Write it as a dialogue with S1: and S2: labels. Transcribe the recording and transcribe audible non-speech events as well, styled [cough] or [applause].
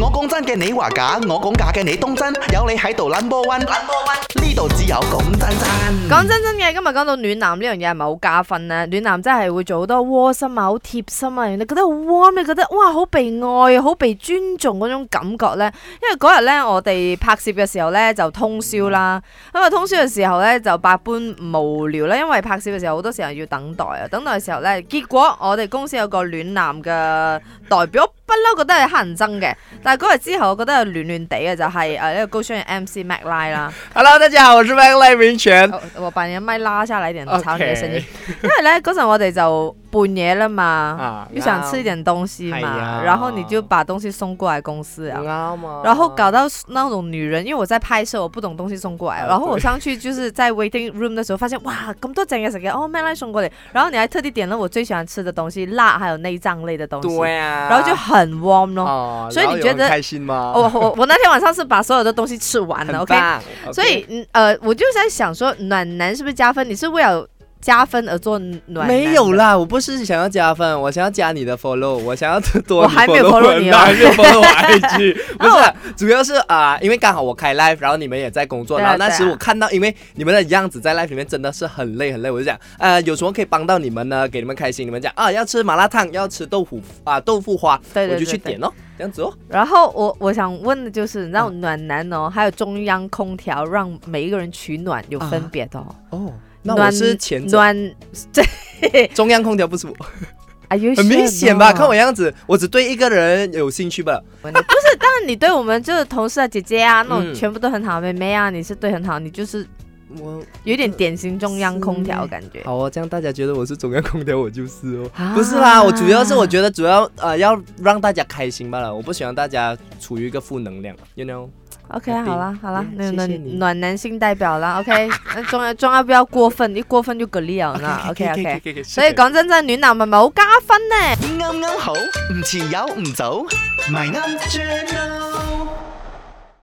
S1: 我講真嘅，你話假；我講假嘅，你當真。有你喺度 number one，number one，呢度只有講真真。
S2: 講真真嘅，今日講到暖男呢樣嘢係咪好加分咧？暖男真係會做好多窩心啊，好貼心啊，你覺得好 warm，你覺得哇好被愛、啊好被尊重嗰種感覺咧。因為嗰日咧我哋拍攝嘅時候咧就通宵啦，咁啊通宵嘅時候咧就百般無聊啦，因為拍攝嘅時候好多時候要等待啊，等待嘅時候咧，結果我哋公司有個暖男嘅代表，不嬲覺得係乞人憎嘅，但係嗰日之後我覺得係暖暖地嘅就係呃誒呢個高商嘅 MC Mac Lie 啦。
S3: Hello，大家好，我是 Mac 赖明权。
S2: 哦我把你的麦拉下来一点，哦吵你的声音。因为呢，嗰阵我哋就半夜了嘛，
S3: 啊
S2: 又想吃一点东西
S3: 哎
S2: 嘛
S3: 呀，
S2: 然后你就把东西送过来公司啊
S3: 啱。啊
S2: 然后搞到那种女人，因为我在拍摄，我不懂东西送过来，
S3: 啊
S2: 然后我上去就是在 waiting room 的时候，发现哇咁多整嘢食嘅，哦麦拉送过嚟，然后你还特地点了我最喜欢吃的东西，辣还有内脏类的东西，
S3: 对啊，
S2: 然后就很 warm 咯。
S3: 哦，
S2: 所以
S3: 然后
S2: 你觉
S3: 有
S2: 得哦
S3: 很开心吗？
S2: 我我我那天晚上是把所有的东西吃完了
S3: 哦很
S2: ，OK。
S3: 棒，OK
S2: 所以嗯呃，我就在想说，暖男是不是加分？你是为了加分而做暖男？
S3: 没有，啦，我不是想要加分，我想要加你的 follow，我想要多多
S2: 我还没有
S3: follow
S2: follow 你
S3: 我
S2: 啊
S3: [laughs] 还
S2: [laughs]
S3: 没有 follow 我 IG，不是啊，主要是啊、因为刚好我开 live，然后你们也在工作，
S2: 对
S3: 然
S2: 啊
S3: 后那时
S2: 对啊
S3: 我看到，因为你们的样子在 live 里面真的是很累很累，我就想，呃，有什么可以帮到你们呢？给你们开心，你们讲啊，要吃麻辣烫，要吃豆腐啊、豆腐花，
S2: 对对
S3: 我就去
S2: 对对
S3: 点咯，嗯这样子哦。
S2: 然后我我想问的就是，你知道暖男哦，还有中央空调让每一个人取暖有分别的哦。
S3: 哦，那
S2: 暖
S3: 我是前者，
S2: 暖，
S3: 中央空调不是我，
S2: 哎呦，
S3: 很明显吧？看我
S2: 一
S3: 样子，我只对一个人有兴趣吧。
S2: 不是，但是你对我们就是同事啊、姐姐啊那种
S3: 嗯
S2: 全部都很好，妹妹啊，你是对很好，你就是
S3: 我
S2: 有点典型中央空调的感觉。
S3: 好哦，这样大家觉得我是中央空调，我就是哦。
S2: 啊
S3: 不是啦，我主要是我觉得主要呃要让大家开心罢了，我不喜欢大家处于一个负能量，you know。
S2: OK，
S3: Happy
S2: 好啦，好啦，那
S3: Yeah，谢谢你
S2: 暖暖男性代表啦，OK，那 [laughs] 中央中央不要过分，一过分就隔离了啦，OK 啊 OK。
S3: OK，
S2: 所以講真真，暖男咪咪好加分呢。
S1: 啱啱好，唔遲有唔早，咪啱 channel。